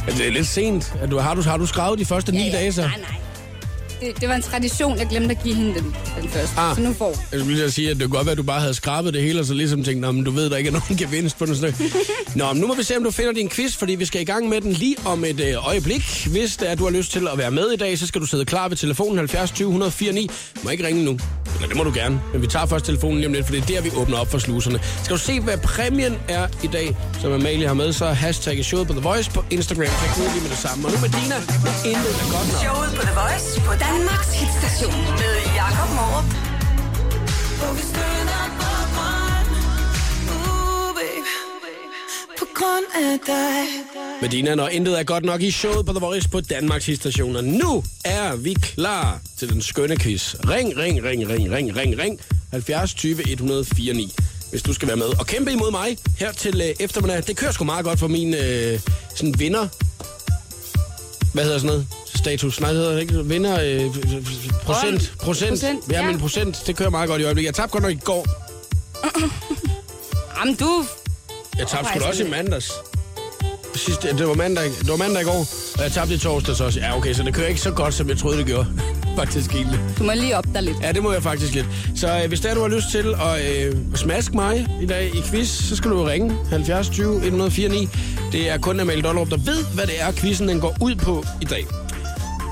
Ja, Det er lidt sent. At du, har, du, har du skravet de første 9 Ja, ja. dage, så? Nej, nej. Det, det var en tradition, jeg glemte at give hende den, den første. Ah. Ah. Så nu får hun. Jeg skulle lige til at sige, at det kunne godt være, at du bare havde skrabet det hele, og så ligesom tænkt, "Nå, men du ved, der ikke er nogen gevinst på den snak. Nå, men nu må vi se, om du finder din quiz, fordi vi skal i gang med den lige om et øh, øjeblik. Hvis det er, at du har lyst til at være med i dag, så skal du sidde klar ved telefonen 70 20 104 9. Du må ikke ringe nu. Eller det må du gerne. Men vi tager først telefonen lige om lidt, for det er der, vi åbner op for sluserne. Skal du se, hvad præmien er i dag, som Amalie har med, så hashtag showet på The Voice på Instagram. Så kan du lige med det samme. Og nu med Dina, intet er godt nok. Showet på The Voice på Danmarks hitstation med Jakob Morup. Uh, Medina, når intet er godt nok i showet på The Voice på Danmarks stationer. Nu er vi klar til den skønne quiz. Ring, ring, ring, ring, ring, ring, ring. 70 20 104 9. Hvis du skal være med og kæmpe imod mig her til øh, eftermiddag. Det kører sgu meget godt for min øh, sådan vinder. Hvad hedder sådan noget? Status? Nej, det hedder det ikke. Vinder. Øh, procent. Procent. Procent, Ja, ja. men procent. Det kører meget godt i øjeblikket. Jeg tabte godt nok i går. Jamen, du... Jeg tabte sgu Overraskende. da også i mandags. Sidste, det, var mandag, det var mandag i går, og jeg tabte i torsdags også. Ja, okay, så det kører ikke så godt, som jeg troede, det gjorde. faktisk egentlig. Du må lige op dig lidt. Ja, det må jeg faktisk lidt. Så øh, hvis der du har lyst til at øh, smaske mig i dag i quiz, så skal du ringe 70 20 104 9. Det er kun Amalie Dollerup, der ved, hvad det er, quizzen den går ud på i dag.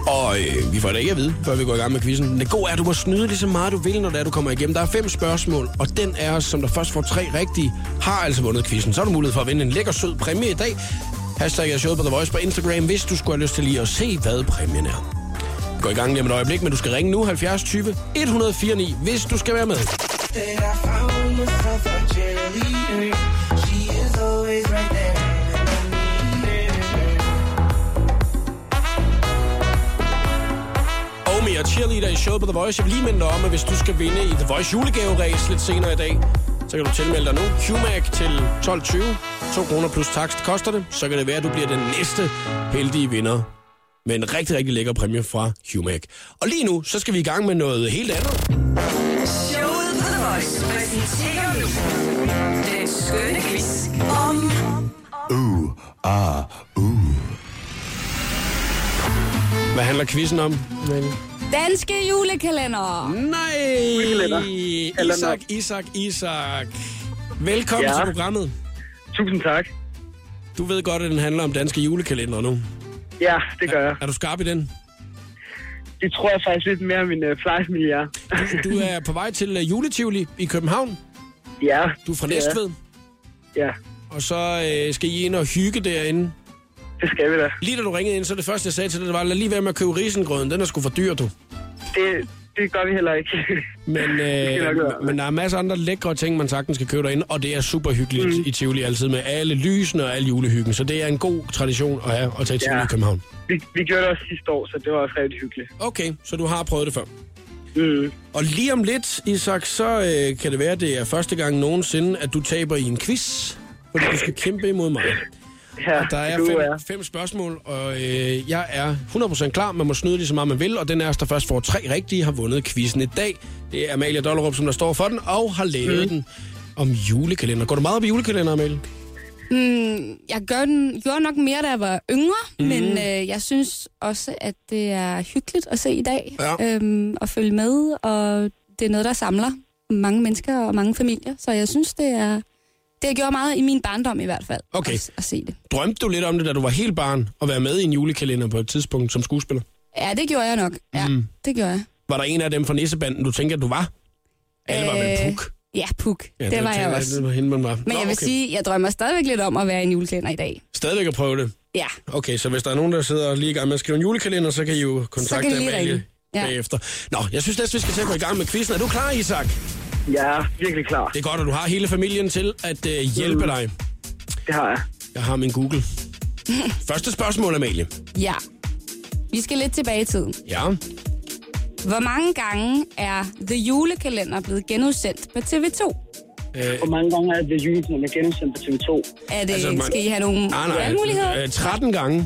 Og øh, vi får det ikke at vide, før vi går i gang med quizzen. Men det gode er, at du må snyde lige så meget, du vil, når det er, du kommer igennem. Der er fem spørgsmål, og den er os, som der først får tre rigtige, har altså vundet quizzen. Så har du mulighed for at vinde en lækker sød præmie i dag. Hashtag er showet på The Voice på Instagram, hvis du skulle have lyst til lige at se, hvad præmien er. Gå i gang lige om et øjeblik, men du skal ringe nu 70 20 104 9, hvis du skal være med. that I found myself a cheerleader. She is always right there. when I need her. Omi og cheerleader i showet på The Voice. Jeg vil lige minde dig om, at hvis du skal vinde i The Voice julegaveræs lidt senere i dag, så kan du tilmelde dig nu. QMAC til 12.20. 2 kroner plus takst koster det. Så kan det være, at du bliver den næste heldige vinder med en rigtig, rigtig lækker præmie fra QMAC. Og lige nu, så skal vi i gang med noget helt andet. Showet på The Voice præsenterer nu den skønne quiz om Hvad handler quizzen om? Danske julekalender. Nej! Eller Isak, Isak, Isak. Velkommen Ja. til programmet. Tusind tak. Du ved godt, at den handler om danske julekalender nu. Ja, det gør jeg. Er du skarp i den? Det tror jeg faktisk lidt mere, min øh, plejefamilie er. Du er på vej til øh, juletivoli i København. Ja. Du er fra det Næstved. Ja, Og så øh, skal I ind og hygge derinde. det skal vi da. Lige da du ringede ind, så det første, jeg sagde til dig, det var, lad lige være med at købe risengrøden. Den er sgu for dyr, du. Det, det gør vi heller ikke. Men, skal nok øh, være. men der er masser af andre lækre ting, man sagtens kan købe derinde, og det er super hyggeligt mm. i Tivoli altid med alle lysene og alle julehyggen. Så det er en god tradition at have at tage i Tivoli Ja. i København. vi, vi gjorde det også sidste år, så det var også rigtig hyggeligt. Okay, så du har prøvet det før. Mm. Og lige om lidt, Isak, så øh, kan det være, at det er første gang nogensinde, at du taber i en quiz, fordi du skal kæmpe imod mig. Ja, Der er du fem, er. fem spørgsmål, og øh, jeg er 100% klar. Man må snyde lige så meget, man vil, og den af os, der først får tre rigtige, har vundet quizzen i dag. Det er Amalie Dollerup, som der står for den, og har lavet mm. den om julekalender. Går du meget op i julekalender, Amalie? Mm, jeg gør den, gjorde nok mere, da jeg var yngre, mm. men øh, jeg synes også, at det er hyggeligt at se i dag Ja. øhm, og følge med, og det er noget, der samler mange mennesker og mange familier, så jeg synes, det er... Det har gjort meget i min barndom i hvert fald, Okay. at, at se det. Drømte du lidt om det, da du var helt barn, at være med i en julekalender på et tidspunkt som skuespiller? Ja, det gjorde jeg nok. Ja, mm. det gjorde jeg. Var der en af dem fra Nissebanden, du tænker, at du var? Alle var vel Øh, puk? Ja, puk. Ja, det, det var jeg også. Det var hende, man var. Men jeg vil sige, jeg drømmer stadigvæk lidt om at være en julekalender i dag. Stadigvæk at prøve det. Ja, Okay, så hvis der er nogen, der sidder lige i gang med at skrive en julekalender, så kan I jo så kontakte kan I lige Amalie ringe. Ja. bagefter. Nå, jeg synes næsten, vi skal til at gå i gang med quizzen. Er du klar, Isak? Jeg er virkelig klar. Det er godt, at du har hele familien til at øh, Mm. hjælpe dig. Det har jeg. Jeg har min Google. Første spørgsmål, Amalie. ja. Vi skal lidt tilbage i tiden. Ja, Hvor mange gange er The Julekalender blevet genudsendt på TV2? øh, Hvor mange gange er det julekalender genudsendt på TV2? Er det, Altså, altså, man- skal I have nogle nej, valgmuligheder? nej, øh, 13 gange.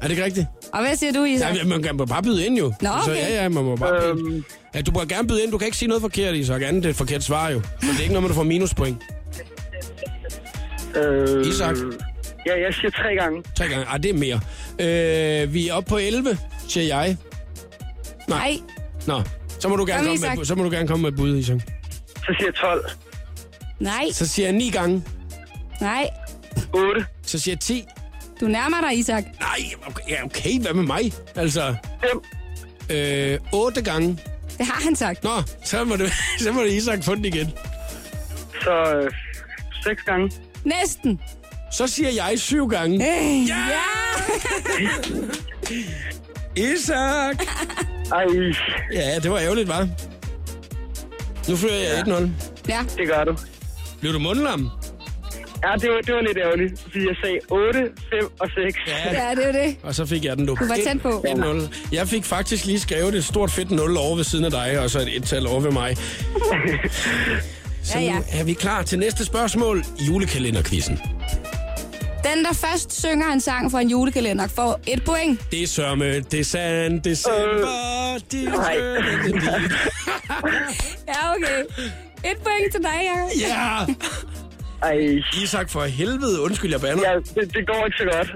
Er det ikke rigtigt? Og hvad siger du, Isak? Ja, man kan bare byde ind jo. Nå, Så okay. ja, ja, man må bare byde ind. Øhm. ja, du må gerne byde ind. Du kan ikke sige noget forkert, Isak. Andet det er et forkert svar jo. Men det er ikke noget, med, du får minuspoint. Øh, Isak. Ja, jeg siger tre gange. Tre gange. Ej, det er mere. Øh, vi er oppe på 11, siger jeg. Nej, Nå, så må du gerne, Kom, komme med, Isak. så må du gerne komme med et bud, Isak. Så siger jeg 12. nej, Så siger jeg 9 gange. nej. 8. Så siger jeg 10. Du nærmer dig, Isak. Nej, okay, ja, okay hvad med mig? Altså, 5. øh, 8 gange. Det har han sagt. Nå, så må, du, så må du Isak få den igen. Så 6 gange. Næsten. Så siger jeg 7 gange. Øh, Ja! Isak! Ej, Ja, det var ærgerligt, var. Nu fører jeg 1-0. ja. det gør du. Blev du mundlam? Ja, det var, det var lidt ærgerligt, fordi jeg sagde 8, 5 og 6. Ja, det er jo det. Og så fik jeg den, du. Du var tæt på. 1-0. Jeg fik faktisk lige skrevet et stort fedt 0 over ved siden af dig, og så et et-tal over ved mig. Så Ja, ja. nu er vi klar til næste spørgsmål i julekalenderquizzen. Den, der først synger en sang fra en julekalender, får et point. Det er sørme, det er sand, Øh. december, det er Ja, okay. Et point til dig, Jacob. Ja! Ej, Isak, for helvede, undskyld, jeg bander. ja, det, det går ikke så godt.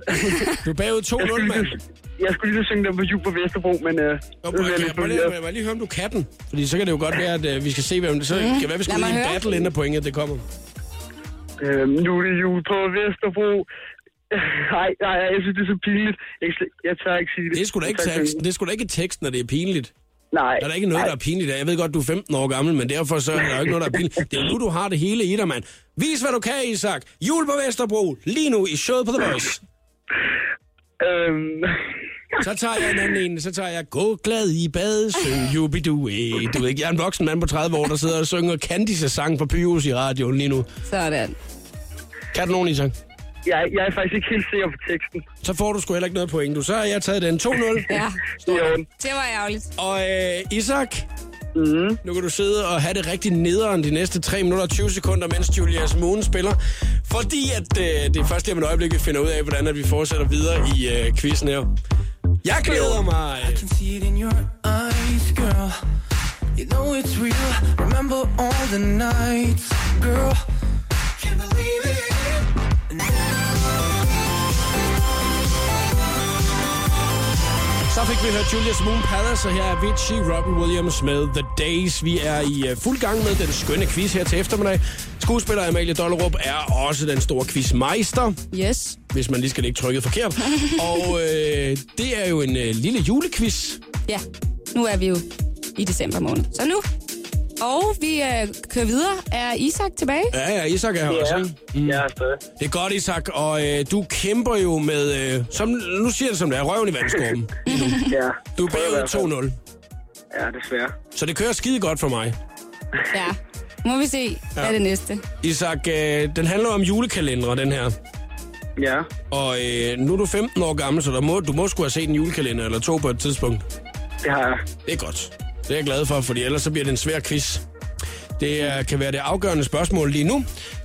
Du er bagud Jeg 2-0, skulle mand. lige, jeg skulle lige synge den på jul på Vesterbro, men øh, Nå, det prøv, er kan lidt jeg, må, forvirret. lige, må jeg lige høre, om du kan den? Fordi så kan det jo godt være, at øh, vi skal se, hvem det så kan det være, vi skal Mm. Lad ud i mig en høre. battle, inden pointet det kommer. Øhm, nu er det jul på Vesterbro. Nej, nej, jeg synes, det er så pinligt. Jeg, kan slet- jeg tør ikke sige det. Det er sgu da ikke Jeg tør teksten, synge det er sgu da ikke teksten, når det er pinligt. det. Nej. Der er der ikke noget, nej. der er pinligt. Jeg ved godt, du er 15 år gammel, men derfor så er der jo ikke noget, der er pinligt. Det er nu, du har det hele i dig, mand. Vis, hvad du kan, Isak. Jul på Vesterbro, lige nu i showet på The Voice. Øhm, Så tager jeg en anden en, så tager jeg gå glad i bad, syng jubidu. eh. Du ved ikke, jeg er en voksen mand på 30 år, der sidder og synger Candice sang på Pyrus i radioen lige nu. Sådan. Kan du nogen, Isak? jeg, jeg er faktisk ikke helt sikker på teksten. Så får du sgu heller ikke noget point, du. Så har jeg taget den 2-0. Ja, Det er i orden. det var ærgerligt. Og øh, Isak, mm. nu kan du sidde og have det rigtig nederen de næste 3 minutter og 20 sekunder, mens Julius Moon spiller. Fordi at øh, det er først lige om et øjeblik, vi finder ud af, hvordan at vi fortsætter videre i øh, quizzen her. Jeg glæder mig. can see it in your eyes, girl. You know it's real. Remember all the nights, girl. Can't believe it. Så fik vi hørt Julius Moon Palace, og her er Avicii, Robin Williams med The Days. Vi er i øh, fuld gang med den skønne quiz her til eftermiddag. Skuespiller Amalie Dollerup er også den store quizmeister. Yes. hvis man lige skal lægge trykket forkert. og øh, det er jo en øh, lille julequiz. Ja, nu er vi jo i december måned. Så nu. Og vi øh, kører videre. Er Isak tilbage? Ja, ja, Isak er her også. Ja, ikke? jeg er stadig. Det er godt, Isak, og øh, du kæmper jo med, øh, som, nu siger jeg det som det er, røven i vandskorben. Ja. Du er bagud 2-0. Ja, desværre. Så det kører skide godt for mig. Ja. Må vi se, hvad er det næste? Isak, øh, den handler om julekalendere, den her. Ja. Og øh, nu er du 15 år gammel, så der må, du må skulle have set en julekalender eller to på et tidspunkt. Det har jeg. Det er godt. Det er jeg glad for, fordi ellers så bliver det en svær quiz. Det er, kan være det afgørende spørgsmål lige nu,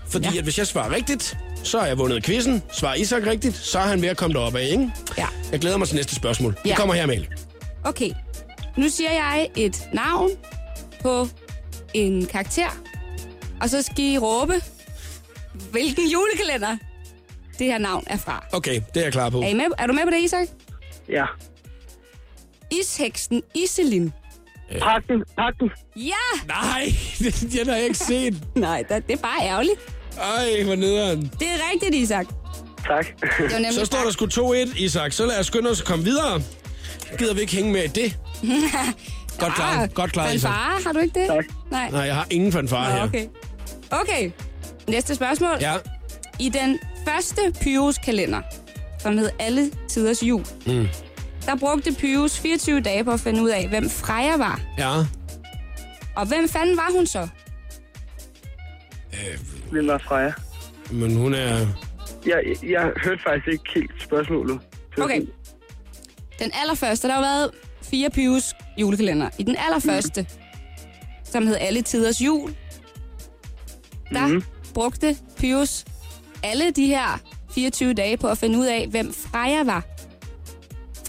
fordi ja. at hvis jeg svarer rigtigt, så har jeg vundet quizzen. Svarer Isak rigtigt, så er han ved at komme derop af, ikke? Ja. Jeg glæder mig til næste spørgsmål. Ja. Ja. Det kommer her, Mel. Okay. Nu siger jeg et navn på en karakter, og så skal I råbe, hvilken julekalender det her navn er fra. Okay, det er jeg klar på. Er, I med, er du med på det, Isak? Ja. Isheksen Iselin. Pakken, pakken. Ja! Nej, den har jeg ikke set. Nej, da- det er bare ærgerligt. Ej, hvor nederen. Det er rigtigt, Isak. Tak. Det var nemlig Så står der sgu 2-1, Isak. Så lad os skynde os at komme videre. Gider vi ikke hænge med i det? Godt Ah, klaret, godt klaret, Isak. fanfare, har du ikke det? Tak. Nej. Nej, jeg har ingen fanfare Nå, her. okay. Okay. Næste spørgsmål. Ja, I den første Pyrus kalender, som hed Alle Tiders Jul, mm. der brugte Pyrus 24 dage på at finde ud af, hvem Freja var. ja. Og hvem fanden var hun så? Hvem var Freja? Men hun er... Jeg, jeg hørte faktisk ikke helt spørgsmålet. Det var Okay. fint. Den allerførste, der har jo været fire Pyrus julekalender. I den allerførste, som hed Alle Tiders Jul, der mm. brugte Pyrus alle de her 24 dage på at finde ud af, hvem Freja var.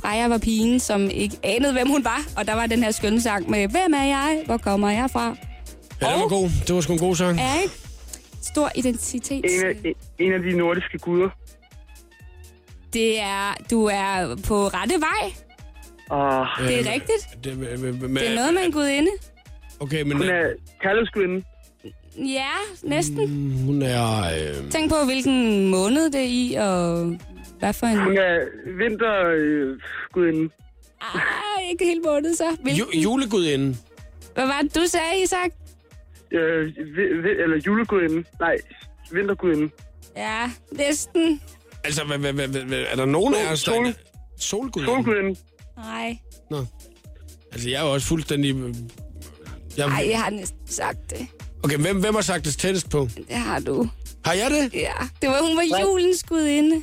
Freja var pigen, som ikke anede, hvem hun var, og der var den her skønne sang med, hvem er jeg, hvor kommer jeg fra? Ja, det var Og- god. Det var sgu en god sang. Er ikke stor identitet. En af, en, en af de nordiske guder. Det er, du er på rette vej. Og Det er rigtigt. Det, med, med, Det er noget med en gudinde. Okay, men hun er kærlighedsgudinde. Ja, næsten. hun er... Øh, Tænk på, hvilken måned det er i, og hvad for en... Hun er vintergudinde. Ej, Ah, ikke helt måned så. ju, Hvilken... julegudinden. Hvad var det, du sagde, Isak? Øh, vi- vi- eller julegudinde. Nej, vintergudinde. Mhm. Ja, næsten. Altså, hvad, hvad, hvad, hvad, hvad- er der nogen af os, der... Sol- Solgudinden? Solgudinde. Nej, Nå. Altså, jeg er jo også fuldstændig... øh, Jeg, Ej, jeg har næsten sagt det. Okay, hvem, hvem har sagt det tættest på? Det har du. Har jeg det? Ja, det var, hun var julens gudinde.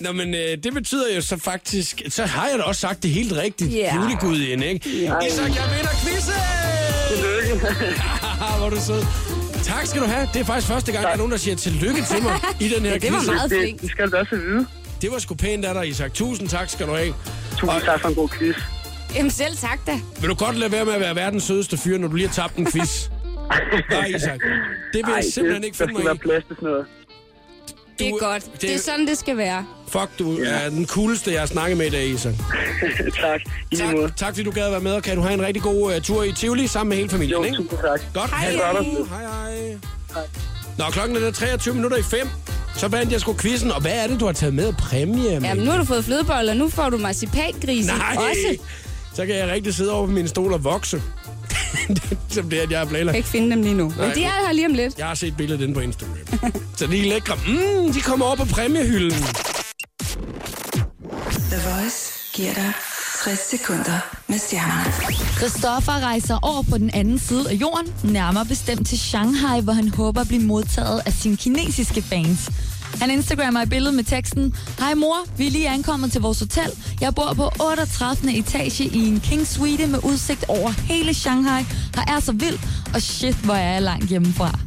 Nå, men øh, det betyder jo så faktisk... Så har jeg da også sagt det helt rigtigt. Ja. Yeah. Julegudinde, ikke? Yeah. Isak, jeg vinder quizzen! Lykke. Ah, hvor er du sød. Tak skal du have. Det er faktisk første gang, der er nogen, der siger tillykke til mig i den her Ja, det var quiz. meget Det, flink. det skal du også vide. Det var sgu pænt af dig, Isak. Tusind tak skal du have. Tusind tak for en god quiz. Jamen selv tak da. Vil du godt lade være med at være verdens sødeste fyr, når du lige har tabt en quiz? Nej, Isak. Det vil jeg simpelthen det, ikke der finde skal mig i. være plads til sådan noget. Det er Du- godt. det- Det... det er sådan, det skal være. Fuck, du er den cooleste, jeg har snakket med i dag, Isak. tak. I lige måde. Tak, tak fordi du gad at være med, og kan du have en rigtig god uh, tur i Tivoli sammen med hele familien, Jo, ikke? tusind tak. Godt. Hej. Ha' det godt. Hej, hej. Nå, klokken er da 23 minutter i 5. Så vandt jeg sgu quizzen, og hvad er det, du har taget med præmie? Jamen, Jamen, nu har du fået flødeboller, nu får du marcipangrisen Nej, også. så kan jeg rigtig sidde over på min stol og vokse. Som det, at jeg har Jeg kan planlagt. ikke finde dem lige nu. Men Nej, de er her lige om lidt. Jeg har set billedet inde på Instagram. så de er lækre. Mm, de kommer over på præmiehylden. The Voice giver dig 60 sekunder med stjernerne. Christoffer rejser over på den anden side af jorden, nærmere bestemt til Shanghai, hvor han håber at blive modtaget af sine kinesiske fans. Han instagrammer et billede med teksten, Hej mor, vi er lige ankommet til vores hotel. Jeg bor på 38. etage i en king suite med udsigt over hele Shanghai. Her er så vildt, og shit, hvor er jeg langt hjemmefra.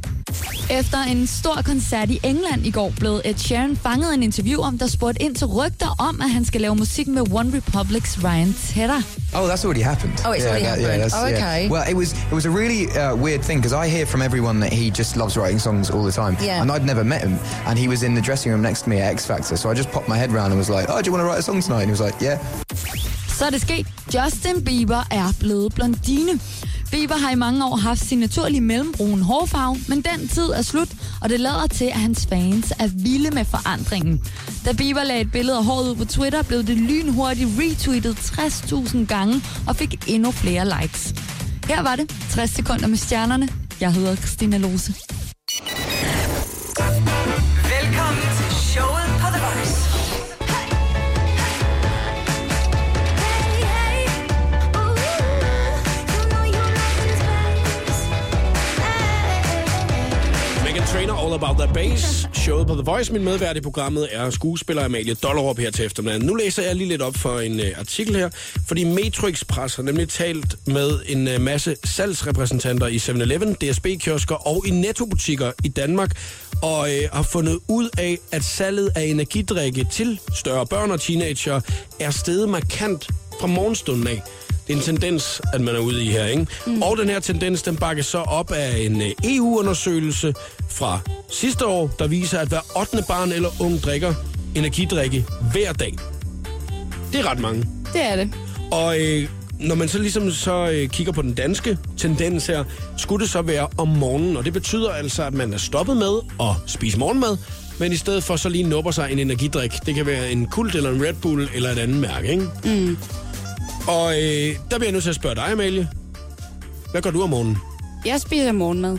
Efter en stor koncert i England i går blev Ed Sheeran fanget af en interview om, der spurgte ind til rygter om, at han skal lave musik med One Republic's Ryan Tedder. Oh, that's already happened. Oh, it's already happened. Oh, yeah. okay. Well, it was it was a really uh, weird thing because I hear from everyone that he just loves writing songs all the time. Yeah. And I'd never met him, and he was in the dressing room next to me at X Factor. So I just popped my head round and was like, "Oh, do you want to write a song tonight?" And he was like, "Yeah." Så er det sket. Justin Bieber er blevet blondine. Bieber har i mange år haft sin naturlige mellembrune hårfarve, men den tid er slut, og det lader til, at hans fans er vilde med forandringen. Da Bieber lagde et billede af håret ud på Twitter, blev det lynhurtigt retweetet 60.000 gange og fik endnu flere likes. Her var det 60 sekunder med stjernerne. Jeg hedder Christina Lose. Velkommen til showet på The Voice. Hey, hey, ooh, you the Bass, showet på The Voice. Min medvært i programmet er skuespiller Amalie Dollerup her til eftermiddagen. Nu læser jeg lige lidt op for en øh, artikel her, fordi Metro Express har nemlig talt med en øh, masse salgsrepræsentanter i 7-Eleven, DSB-kiosker og i nettobutikker i Danmark, og øh, har fundet ud af, at salget af energidrikke til større børn og teenager er steget markant fra morgenstunden af. Det er en tendens, at man er ude i her, ikke? Mm. Og den her tendens, den bakkes så op af en øh, EU-undersøgelse fra sidste år, der viser, at hver 8. barn eller ung drikker energidrikke hver dag. Det er ret mange. Det er det. Og øh, når man så ligesom så øh, kigger på den danske tendens her, skulle det så være om morgenen. Og det betyder altså, at man er stoppet med at spise morgenmad, men i stedet for så lige nupper sig en energidrik. Det kan være en kult eller en Red Bull eller et andet mærke, ikke? Mm. Og øh, der bliver jeg nødt til at spørge dig, Amalie. Hvad gør du om morgenen? Jeg spiser morgenmad.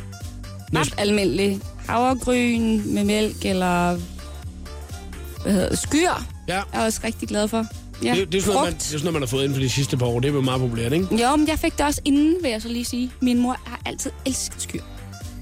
Ret almindelig. Havregryn med mælk eller hvad hedder det, skyr. Ja. Jeg er også rigtig glad for. Ja. Det, det, er sådan noget, man, det er sådan noget, man har fået inden for de sidste par år. Det er jo meget populært, ikke? Jo, men jeg fik det også inden, vil jeg så lige sige. Min mor har altid elsket skyr.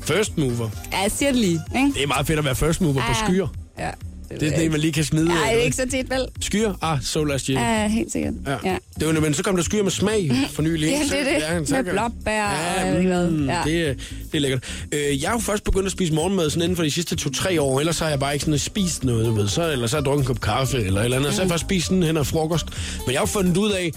First mover. Ja, jeg siger det lige, ikke? Det er meget fedt at være first mover på Ja, skyer. Ja. Det er sådan en, man lige kan smide. Nej, af, det er du ikke så tit, vel? Skyer? Ah, so last year. Ja, helt sikkert. Ja. Ja. Det var, men så kom der skyer med smag for nylig. Ja, ikke? Så- det er det. så Med gør- blåbær og ja, jeg ved ikke hvad. mm, Ja. det, er- det er lækkert. Øh, jeg har jo først begyndt at spise morgenmad sådan inden for de sidste 2-3 år, ellers har jeg bare ikke sådan spist noget, du ved. Så, eller så har jeg drukket en kop kaffe eller et eller andet, mm. så har jeg først spist sådan hen og frokost. Men jeg har jo fundet ud af,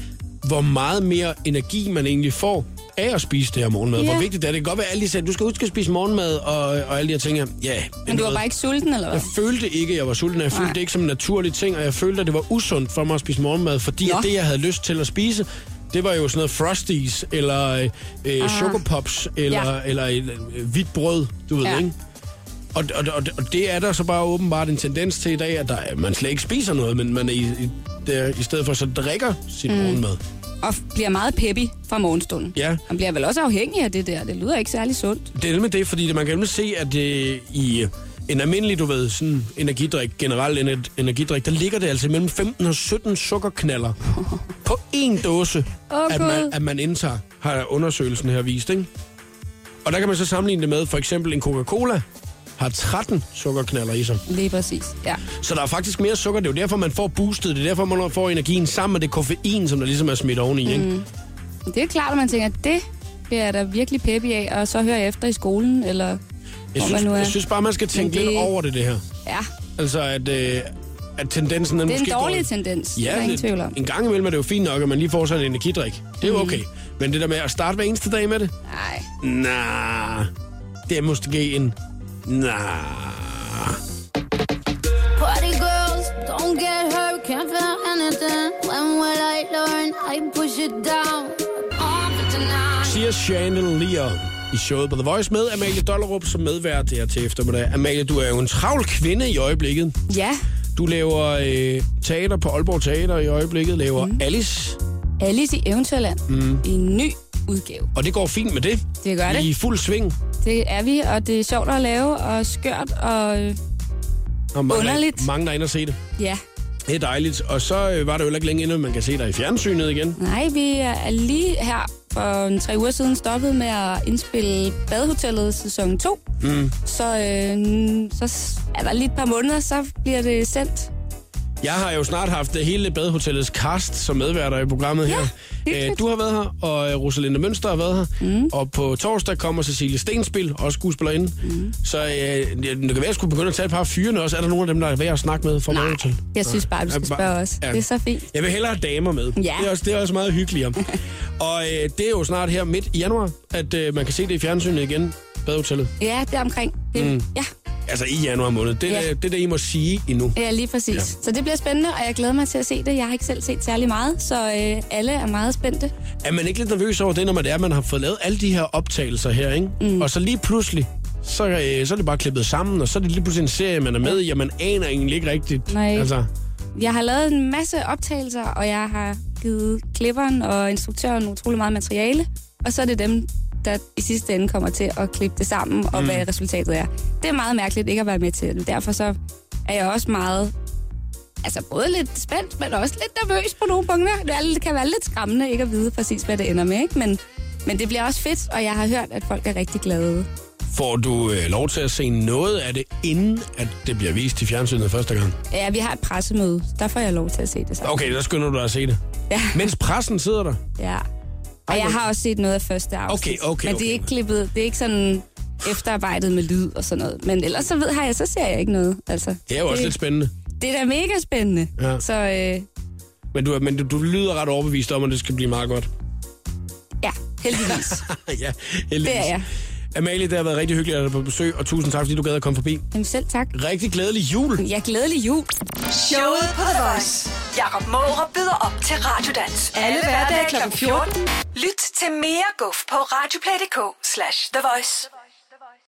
hvor meget mere energi man egentlig får af at spise det her morgenmad. Ja. Hvor vigtigt det er. Det kan godt være, at alle de sagde, du skal huske at spise morgenmad og, og alle de her ting her. Ja, Men du var noget- bare ikke sulten, eller hvad? jeg følte ikke, at jeg var sulten. og Jeg følte Nej. det ikke som en naturlig ting, og jeg følte, at det var usundt for mig at spise morgenmad, fordi at det, jeg havde lyst til at spise, det var jo sådan noget Frosties, eller øh, øh, Chocopops, eller, Ah. Ja. eller et, øh, hvidt brød, du ved, Ja. ja. ikke? Og, og, og, og det er der så bare åbenbart en tendens til i dag, at der, er- man slet ikke spiser noget, men man er i, i, der, i stedet for så drikker sin Mm. mm. morgenmad. Og f- bliver meget peppy fra morgenstunden. Ja. Man bliver vel også afhængig af det der. Det lyder ikke særlig sundt. Det er nemlig det, fordi man kan nemlig se, at øh, i øh, en almindelig, du ved, sådan energidrik, generelt ener- energidrik, der ligger det altså mellem 15 og 17 sukkerknaller på én dåse, Åh, at, Gud. man, at man indtager, har undersøgelsen her vist, ikke? Og der kan man så sammenligne det med, for eksempel en Coca-Cola har 13 sukkerknaller i sig. Lige præcis, ja. Så der er faktisk mere sukker. Det er jo derfor, man får boostet. Det er derfor, man får energien sammen med det koffein, som der ligesom er smidt oveni, ikke? Mm. Det er klart, at man tænker, det bliver jeg da virkelig peppy af, og så hører jeg efter i skolen, eller Jeg, hvor synes, man nu er. jeg synes bare, man skal Men tænke lidt det- over det, det her. Ja, Altså, at, øh, at tendensen... Den det er en måske dårlig går... tendens. Ja, det er Ja, ingen tvivl om. det, en gang imellem er det jo fint nok, at man lige får sådan en energidrik. Det er jo Mhm. okay. Men det der med at starte hver eneste dag med det? Nej. Nej. Det er måske en... Nej. Party girls, don't get hurt, can't feel anything. When will I learn? I push it down. On for tonight. Siger Chandelier i showet på The Voice med Amalie Dollerup som medvært her til eftermiddag. Amalie, du er jo en travl kvinde i øjeblikket. Ja, Du laver øh, teater på Aalborg Teater i øjeblikket, laver Mhm. mm. Alice, Alice i Eventyrland mm. i en ny udgave. og det går fint med det. Det gør det. I fuld sving. Det er vi, og det er sjovt at lave, og skørt, og øh, Og mange, Underligt. Mange der er inde og se det. ja. Det er dejligt. Og så øh, var det jo heller ikke længe inden, man kan se dig i fjernsynet igen. Nej, vi er lige her for en tre uger siden stoppet med at indspille Badehotellet sæson 2. Mm. Så, øh, så s- er der lige et par måneder, så bliver det sendt. Jeg har jo snart haft det hele badehotellets cast som medværter i programmet her. hyggeligt. Øh, Du har været her, og øh, Rosalinde Mønster har været her. Mm. Og på torsdag kommer Cecilie Stenspil, også skuespillerinde. Mm. Så øh, det det kan være, at jeg skulle begynde at tage et par af fyrene også. Er der nogen af dem, der er værd at snakke med fra badehotellet? Jeg synes bare, du skal spørge os. Det er så fint. Jeg vil hellere have damer med. Ja. Det, er også, det er også meget hyggeligere. og øh, det er jo snart her midt i januar, at øh, man kan se det i fjernsynet igen. Badehotellet. Ja, det er omkring. Det, mm. Ja, Altså i januar måned. Det er Ja. ja. det, det, I må sige endnu. ja, lige præcis. Ja. Så det bliver spændende, og jeg glæder mig til at se det. Jeg har ikke selv set særlig meget, så øh, alle er meget spændte. Er man ikke lidt nervøs over det, når man, er, man har fået lavet alle de her optagelser her, ikke? Mm. og så lige pludselig, så, øh, så er det bare klippet sammen, og så er det lige pludselig en serie, man er med i, og man aner egentlig ikke rigtigt. Nej. Altså, Jeg har lavet en masse optagelser, og jeg har givet klipperen og instruktøren utrolig meget materiale. Og så er det dem, der i sidste ende kommer til at klippe det sammen, og mm. Mm. hvad resultatet er. Det er meget mærkeligt ikke at være med til det. Derfor så er jeg også meget... Altså både lidt spændt, men også lidt nervøs på nogle punkter. Det, er, det kan være lidt skræmmende ikke at vide præcis, hvad det ender med, ikke? Men, men det bliver også fedt, og jeg har hørt, at folk er rigtig glade. Får du øh, lov til at se noget af det, inden at det bliver vist i fjernsynet første gang? Ja, vi har et pressemøde. Der får jeg lov til at se det så. Okay, der skynder du dig at se det. Ja. Mens pressen sidder der. Ja. Og jeg har også set noget af første afsnit. Okay, okay, Men det okay. er ikke klippet, det er ikke sådan efterarbejdet med lyd og sådan noget. Men ellers så ved har jeg, så ser jeg ikke noget. Altså, Det er jo også lidt spændende. Det er da mega spændende. Ja. Så øh, Men du, er- men du, du lyder ret overbevist om, at det skal blive meget godt. ja, heldigvis. ja, heldigvis. det er jeg. Amalie, det har været rigtig hyggeligt at have dig på besøg, og tusind tak, fordi du gad at komme forbi. Jamen selv tak. Rigtig glædelig jul. Ja, glædelig jul. Showet på The Voice. Jakob Mårup byder op til Radiodans. Alle hverdage kl. 14. Lyt til mere guf på radioplay.dk slash The Voice.